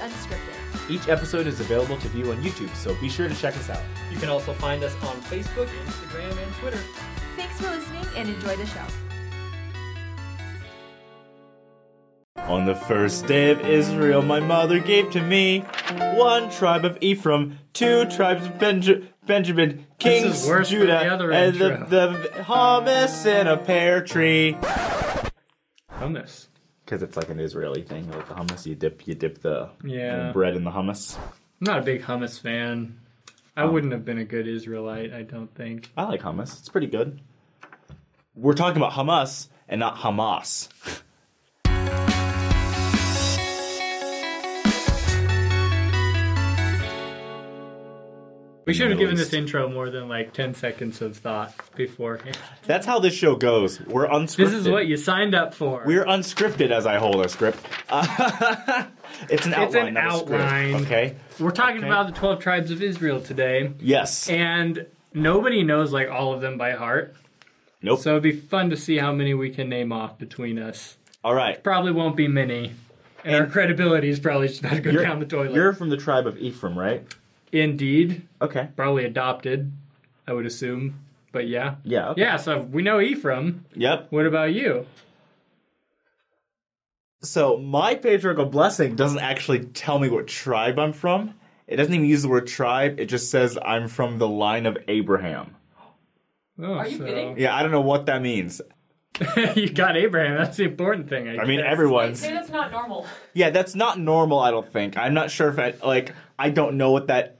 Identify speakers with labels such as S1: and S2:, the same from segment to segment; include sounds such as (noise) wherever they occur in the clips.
S1: Unscripted.
S2: Each episode is available to view on YouTube, so be sure to check us out.
S3: You can also find us on Facebook, Instagram, and Twitter.
S1: Thanks for listening and enjoy the show.
S2: On the first day of Israel, my mother gave to me one tribe of Ephraim, two tribes of Benja- Benjamin, kings
S4: is worse than
S2: Judah,
S4: the other
S2: and
S4: intro.
S2: the, the hummus in a pear tree.
S4: Hummus.
S2: Because it's like an Israeli thing, like the hummus. You dip, you dip the
S4: Yeah.
S2: bread in the hummus.
S4: I'm not a big hummus fan. I wouldn't have been a good Israelite, I don't think.
S2: I like hummus. It's pretty good. We're talking about hummus and not Hamas.
S4: We should have given
S2: Middle East.
S4: this intro more than like 10 seconds of thought
S3: (laughs)
S4: beforehand.
S2: That's how this show goes. We're unscripted.
S4: This is what you signed up for.
S2: We're unscripted as I hold our script.
S4: (laughs)
S2: it's an
S4: It's
S2: outline.
S4: an
S2: not a script,
S4: outline.
S2: okay.
S4: We're talking
S2: Okay.
S4: about the 12 tribes of Israel today,
S2: Yes.
S4: and nobody knows like all of them by heart.
S2: nope.
S4: So it'd be fun to see how many we can name off between us.
S2: All right.
S4: Probably won't be many. And, our credibility is probably just about to go
S2: You're-
S4: down the
S2: You're
S4: toilet.
S2: from the tribe of Ephraim, right?
S4: Indeed,
S2: Okay.
S4: probably adopted, I would assume. But yeah.
S2: Yeah. Okay.
S4: Yeah, so we know Ephraim.
S2: Yep.
S4: What about you?
S2: So my patriarchal blessing doesn't actually tell me what tribe I'm from. It doesn't even use the word tribe. It just says I'm from the line of Abraham.
S4: Oh,
S3: Are you kidding?
S2: Yeah, I don't know what that means.
S4: (laughs) you got Abraham. That's the important thing. I,
S2: I mean,
S4: guess.
S2: everyone's.
S3: Say that's not normal.
S2: Yeah, that's not normal. I don't think. I'm not sure if I like. I don't know what that.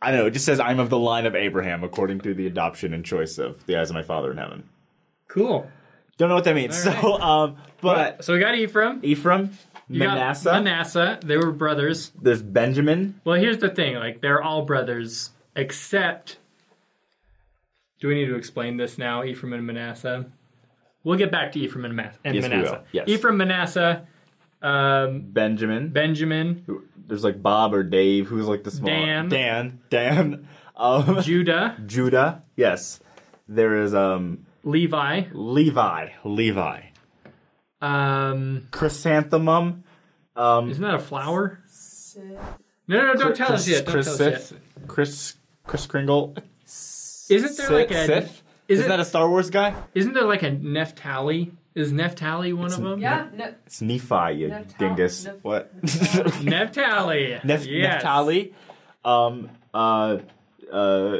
S2: I don't know. It just says I'm of the line of Abraham, according to the adoption and choice of the eyes of my father in heaven.
S4: Cool.
S2: Don't know what that means.
S4: All right.
S2: So, um, but
S4: So we got Ephraim.
S2: Ephraim,
S4: You got
S2: Manasseh,
S4: Manasseh. They were brothers.
S2: there's Benjamin.
S4: Well, here's the thing. Like, they're all brothers, except. Do we need to explain this now? Ephraim and Manasseh. We'll get back to Ephraim and, Mas- and
S2: Yes, we will.
S4: Manasseh.
S2: Yes.
S4: Ephraim, Manasseh, um,
S2: Benjamin. (laughs)
S4: Benjamin,
S2: Who- there's like Bob or Dave, who's like the small
S4: Dan.
S2: Dan, Dan, (laughs) um,
S4: Judah,
S2: Judah. Yes, there is um
S4: Levi,
S2: Levi, Levi,
S4: um,
S2: Chrysanthemum. Um,
S4: isn't that a flower? No, no, no, don't tell us yet. Don't
S2: Chris,
S4: tell us yet.
S2: Chris, Chris, Chris Kringle.
S4: Isn't there like a
S2: Sith?
S4: is
S2: Is
S4: it-
S2: that a Star Wars guy?
S4: Isn't there like a Neftali? Is Neftali one of them?
S3: Yeah. No,
S2: It's Nephi, you
S3: Neptal-
S2: dingus.
S3: Nep-
S2: what?
S4: (laughs) Neftali.
S2: Nef-
S4: yes.
S2: Neftali. Um, uh, uh,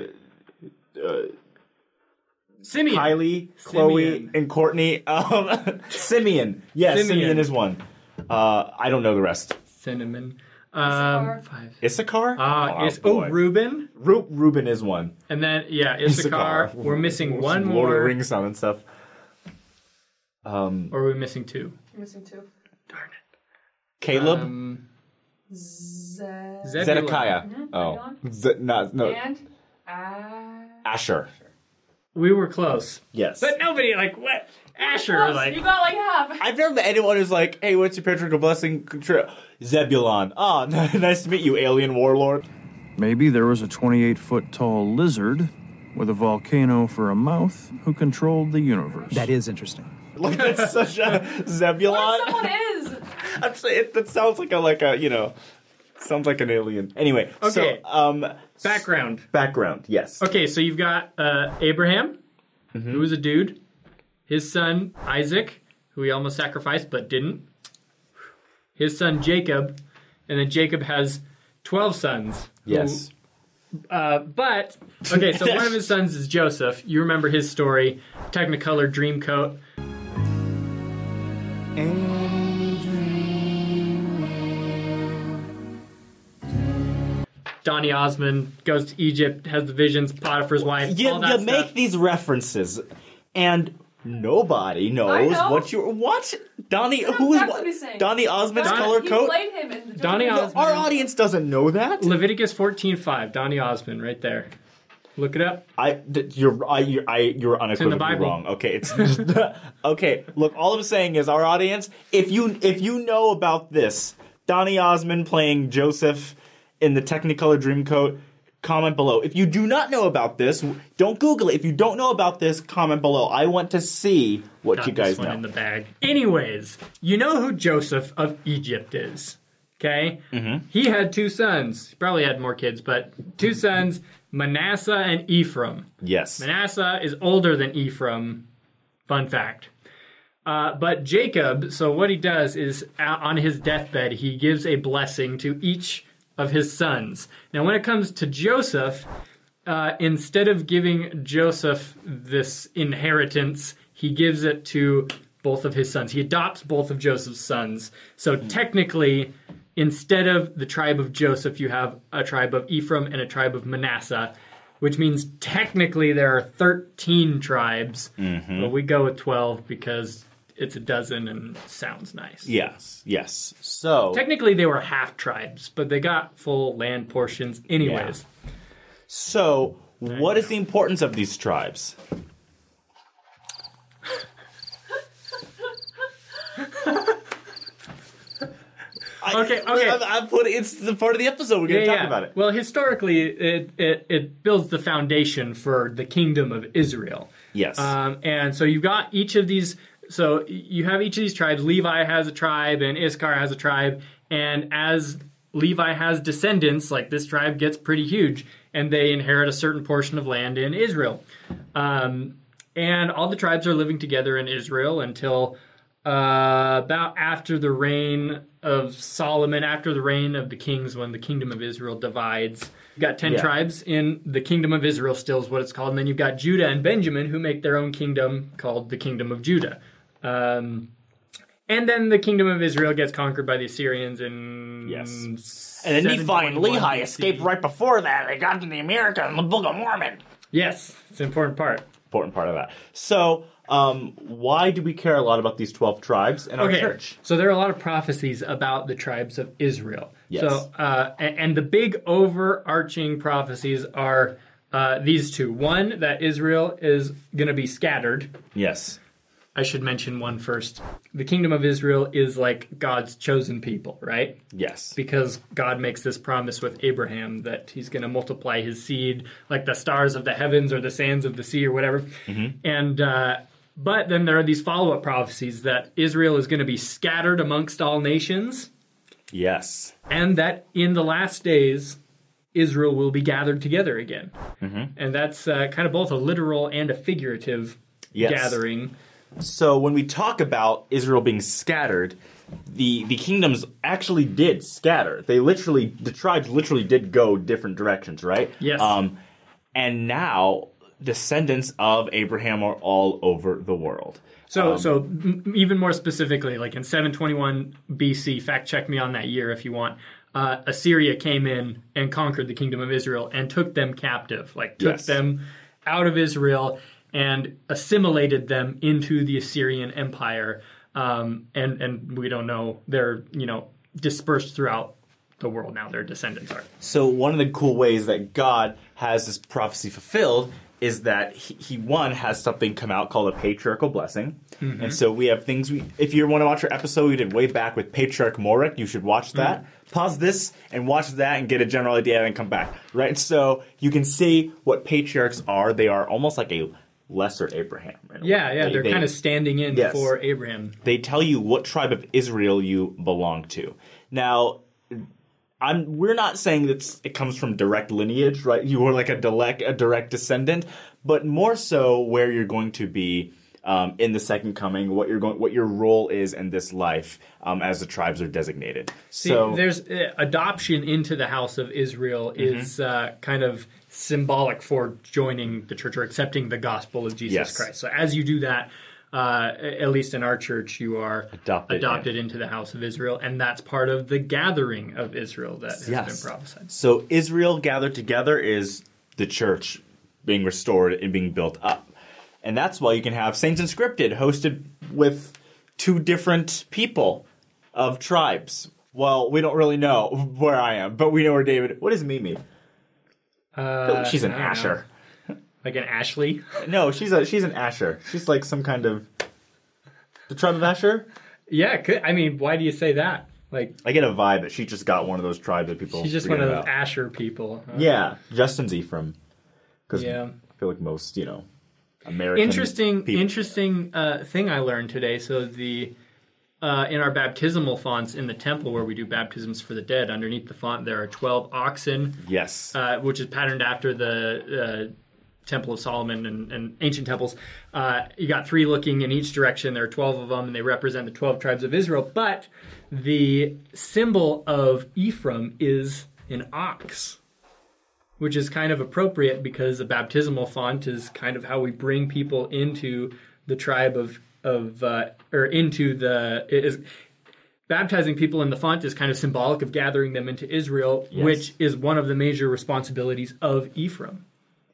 S4: Simeon.
S2: Kylie, Chloe,
S4: Simeon.
S2: and Courtney. Um, (laughs) Simeon. Yes, Simeon.
S4: Simeon
S2: is one. Uh, I don't know the rest.
S4: Cinnamon. Um,
S3: Issachar.
S4: five.
S2: Issachar?
S4: Uh,
S2: oh,
S4: is, oh,
S2: boy.
S4: Reuben.
S2: Ru- Reuben is one.
S4: And then, yeah, Issachar. We're missing
S2: Some
S4: one
S2: Lord
S4: more.
S2: of the Rings sound and stuff. Um,
S4: Or are we missing two?
S3: you're missing two.
S4: Darn it.
S2: Caleb,
S4: Um,
S3: Zed.
S4: Zebulun.
S2: Zedekiah. Oh,
S3: Zebulon.
S2: Z- not, no,
S3: And. Uh,
S2: Asher.
S4: We were close.
S2: Yes.
S4: But nobody, like, what? Asher,
S3: close,
S4: like.
S3: you got like half.
S2: I've never met anyone who's like, hey, what's your patriarchal blessing? Contr- Zebulon. Ah, (laughs) nice to meet you, alien warlord.
S5: Maybe there was a 28 foot tall lizard with a volcano for a mouth who controlled the universe.
S6: That is interesting.
S2: Like,
S3: (laughs)
S2: that's such a
S3: What if
S2: Zebulon.
S3: (laughs) someone is?
S2: I'm saying it, that sounds like a, like a, you know, sounds like an alien. Anyway,
S4: Okay.
S2: so, um,
S4: Background.
S2: background, yes.
S4: Okay, so you've got uh, Abraham, who was a dude, his son Isaac, who he almost sacrificed but didn't, his son Jacob, and then Jacob has 12 sons. who-
S2: Yes.
S4: uh, but, okay, so one of his sons is Joseph. You remember his story Technicolor Dreamcoat. Donny Osmond goes to Egypt, has the visions, Potiphar's wife.
S2: You,
S4: all that
S2: you
S4: stuff.
S2: make these references, and nobody knows
S3: know.
S2: what you what Donnie.
S3: That's
S2: Who is
S3: exactly the
S2: what
S3: same.
S2: Donnie Osmond's
S4: Donnie-
S2: color
S3: he
S2: coat?
S3: played him in the
S4: Donnie
S3: Jonah
S4: Osmond.
S2: Our audience doesn't know that.
S4: Leviticus 14:5, Donny Osmond, right there. Look it up.
S2: I, th- you're, I, you're, I, you're unequivocally
S4: Bible.
S2: wrong. Okay, it's (laughs) okay. Look, all I'm saying is, our audience, if you if you know about this, Donny Osmond playing Joseph in the Technicolor Dreamcoat, comment below. If you do not know about this, don't Google it. If you don't know about this, comment below. I want to see what
S4: Got
S2: you guys
S4: this one
S2: know.
S4: in the bag. Anyways, you know who Joseph of Egypt is. Okay?
S2: Mm-hmm.
S4: He had two sons. He probably had more kids, but two sons Manasseh and Ephraim.
S2: Yes.
S4: Manasseh is older than Ephraim. Fun fact. Uh, but Jacob, so what he does is uh, on his deathbed, he gives a blessing to each of his sons. Now, when it comes to Joseph, uh, instead of giving Joseph this inheritance, he gives it to both of his sons. He adopts both of Joseph's sons. So technically, instead of the tribe of Joseph, you have a tribe of Ephraim and a tribe of Manasseh, which means technically there are 13 tribes, but we go with 12 because it's a dozen and sounds nice.
S2: Yes. Yes. So
S4: Technically, they were half tribes, but they got full land portions, anyways.
S2: so what is the importance of these
S4: (laughs)
S2: tribes? I-
S4: Okay, okay.
S2: I, I put it's the part of the episode we're going to talk about it.
S4: Well, historically, it, it, it builds the foundation for the kingdom of Israel.
S2: Yes.
S4: Um, and so you've got each of these. So you have each of these tribes. Levi has a tribe, and Issachar has a tribe. And as Levi has descendants, like this tribe gets pretty huge, and they inherit a certain portion of land in Israel. Um, and all the tribes are living together in Israel until uh, about after the reign of Solomon, after the reign of the kings, when the kingdom of Israel divides. You've got 10
S2: Yeah.
S4: tribes in the kingdom of Israel, still is what it's called. And then you've got Judah and Benjamin, who make their own kingdom called the kingdom of Judah. Um, and then the kingdom of Israel gets conquered by the Assyrians in.
S2: Yes.
S4: And
S2: right before that. They got to the America in the Book of Mormon.
S4: Yes, it's an important part.
S2: Important part of that. So, um, why do we care a lot about these 12 tribes in our
S4: okay.
S2: church?
S4: So there are a lot of prophecies about the tribes of Israel.
S2: Yes.
S4: So uh, a- and, the big overarching prophecies are uh, these two. One that Israel is going to be scattered.
S2: Yes.
S4: I should mention one first. The kingdom of Israel is like God's chosen people, right?
S2: Yes.
S4: Because God makes this promise with Abraham that he's going to multiply his seed like the stars of the heavens or the sands of the sea or whatever. And uh, but then there are these follow-up prophecies that Israel is going to be scattered amongst all nations
S2: yes.
S4: and that in the last days Israel will be gathered together again. And that's uh, kind of both a literal and a figurative
S2: Yes.
S4: gathering.
S2: So, when we talk about Israel being scattered, the, the kingdoms actually did scatter. They literally, the tribes literally did go different directions, right?
S4: Yes.
S2: Um, and now, descendants of Abraham are all over the world.
S4: So, so m- even more specifically, like in 721 BC, fact check me on that year if you want. Uh, Assyria came in and conquered the kingdom of Israel and took them captive, like took
S2: Yes.
S4: them out of Israel and assimilated them into the Assyrian Empire. Um, and and we don't know they're you know dispersed throughout the world now. Their descendants are.
S2: So one of the cool ways that God has this prophecy fulfilled is that he, he one has something come out called a patriarchal blessing,
S4: Mm-hmm.
S2: and so we have things. We, if you want to watch our episode we did way back with Patriarch Morik, you should watch that.
S4: Mm.
S2: Pause this and watch that and get a general idea, and come back. Right, so you can see what patriarchs are. They are almost like a lesser Abraham. in a way.
S4: Yeah, yeah,
S2: They-
S4: they're
S2: they-
S4: kind of standing in
S2: Yes.
S4: for Abraham.
S2: they tell you what tribe of Israel you belong to. Now, I'm we're not saying that it comes from direct lineage, right? You are like a direct a direct descendant, but more so where you're going to be um, in the second coming, what you're going, what your role is in this life um, as the tribes are designated.
S4: See,
S2: so
S4: there's uh, adoption into the house of Israel
S2: Mm-hmm.
S4: is uh, kind of symbolic for joining the church or accepting the gospel of Jesus
S2: Yes.
S4: Christ. So as you do that, uh, a- at least in our church, you are
S2: Adopted,
S4: into the house of Israel, and that's part of the gathering of Israel that has
S2: Yes.
S4: been prophesied.
S2: So Israel gathered together is the church being restored and being built up. And that's why you can have Saints Inscripted hosted with two different people of tribes. Well, we don't really know (laughs) where I am, but we know where David. What is Mimi?
S4: Uh,
S2: she's an
S4: I don't know.
S2: Asher.
S4: like an Ashley. (laughs)
S2: No, she's a she's an Asher. She's like some kind of the tribe of Asher.
S4: yeah, could, I mean, why do you say that? Like
S2: I get a vibe that she just got one of those tribes that people.
S4: she's just
S2: forget
S4: one of those
S2: about.
S4: Asher people. huh?
S2: Yeah, Justin's Ephraim. Because
S4: Yeah.
S2: I feel like most, you know, American
S4: interesting
S2: people-
S4: interesting uh, thing I learned today. So the uh, in our baptismal fonts in the temple where we do baptisms for the dead, underneath the font there are 12 oxen,
S2: Yes.
S4: uh, which is patterned after the uh, Temple of Solomon and, and ancient temples. Uh, you got three looking in each direction. There are 12 of them, and they represent the 12 tribes of Israel. But the symbol of Ephraim is an ox, which is kind of appropriate because the baptismal font is kind of how we bring people into the tribe of. Of uh, or into the is baptizing people in the font is kind of symbolic of gathering them into Israel, which is one of the major responsibilities of Ephraim.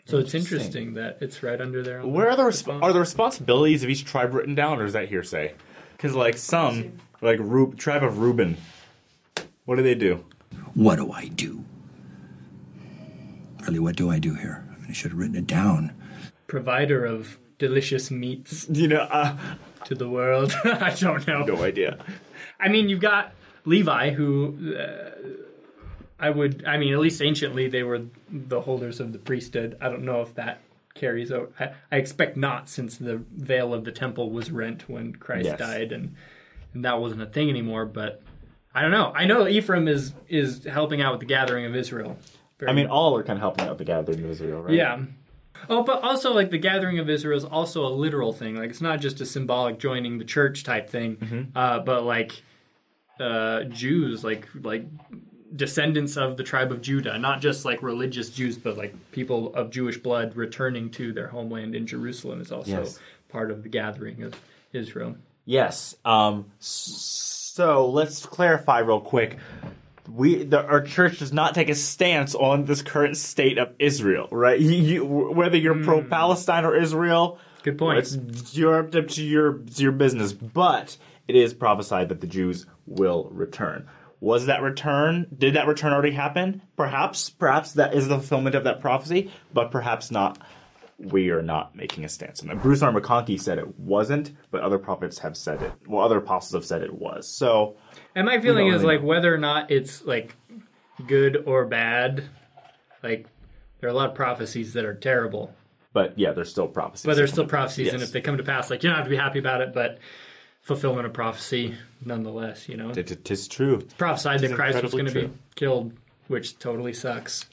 S4: So it's interesting that it's right under there. on
S2: Where are the resp-
S4: font.
S2: are the responsibilities of each tribe written down, or is that hearsay? Because like some, like Reu- tribe of Reuben, what do they do?
S6: What do I do? Really, what do I do here? I, mean, I should have written it down.
S4: provider of delicious meats
S2: (laughs) You know, uh,
S4: to the world? (laughs) I don't know.
S2: no idea.
S4: I mean, you've got Levi, who uh, I would, I mean, at least anciently they were the holders of the priesthood. I don't know if that carries over. I, I expect not, since the veil of the temple was rent when Christ
S2: Yes.
S4: died, and and that wasn't a thing anymore. But I don't know. I know Ephraim is is helping out with the gathering of Israel.
S2: I mean, all are kind of helping out the gathering of Israel, right?
S4: Yeah. Oh, but also like the gathering of Israel is also a literal thing. Like it's not just a symbolic joining the church type thing.
S2: Mm-hmm.
S4: Uh, but like uh, Jews, like like descendants of the tribe of Judah, not just like religious Jews, but like people of Jewish blood returning to their homeland in Jerusalem is also
S2: Yes.
S4: part of the gathering of Israel.
S2: Yes. Um. s- So let's clarify real quick. We the, our church does not take a stance on this current state of Israel, right? You, you, whether you're
S4: Hmm.
S2: pro Palestine or Israel,
S4: Good point.
S2: It's you're up to your to your business, but it is prophesied that the Jews will return. Was that return? Did that return already happen? Perhaps, perhaps that is the fulfillment of that prophecy, but perhaps not. We are not making a stance on that. Bruce R. McConkie said it wasn't, but other prophets have said it. Well, other apostles have said it was. So
S4: And my feeling
S2: No,
S4: is
S2: I
S4: like whether or not it's like good or bad, like there are a lot of prophecies that are terrible.
S2: but yeah, there's still prophecies.
S4: but there's still prophecies, and
S2: Yes.
S4: if they come to pass, like you don't have to be happy about it, but fulfillment of prophecy nonetheless. You know, it's
S2: It- it is true.
S4: prophesied that
S2: is
S4: Christ was going
S2: incredibly
S4: to be
S2: true.
S4: killed, which totally sucks.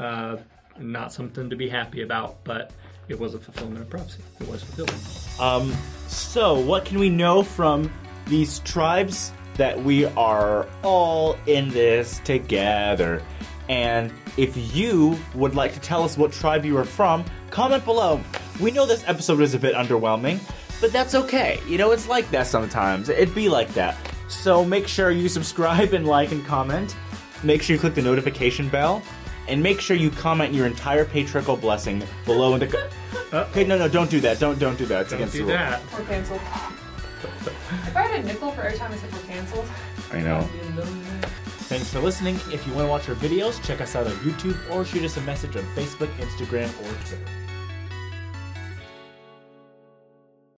S4: Uh, not something to be happy about, but it was a fulfillment of prophecy. It was fulfilled.
S2: Um, so, what can we know from these tribes that we are all in this together? And if you would like to tell us what tribe you are from, comment below. We know this episode is a bit underwhelming, but that's okay. You know, it's like that sometimes. It'd be like that. So, make sure you subscribe and like and comment. Make sure you click the notification bell. And make sure you comment your entire patriarchal blessing below in the. Co- okay, no, no, don't do that. Don't, don't do that. It's
S4: Uh, Don't
S2: against
S4: do
S2: the rule.
S4: that.
S1: We're canceled. if I had a nickel for every time I said we're canceled,
S2: I know.
S7: Thanks for listening. If you want to watch our videos, check us out on YouTube or shoot us a message on Facebook, Instagram, or Twitter.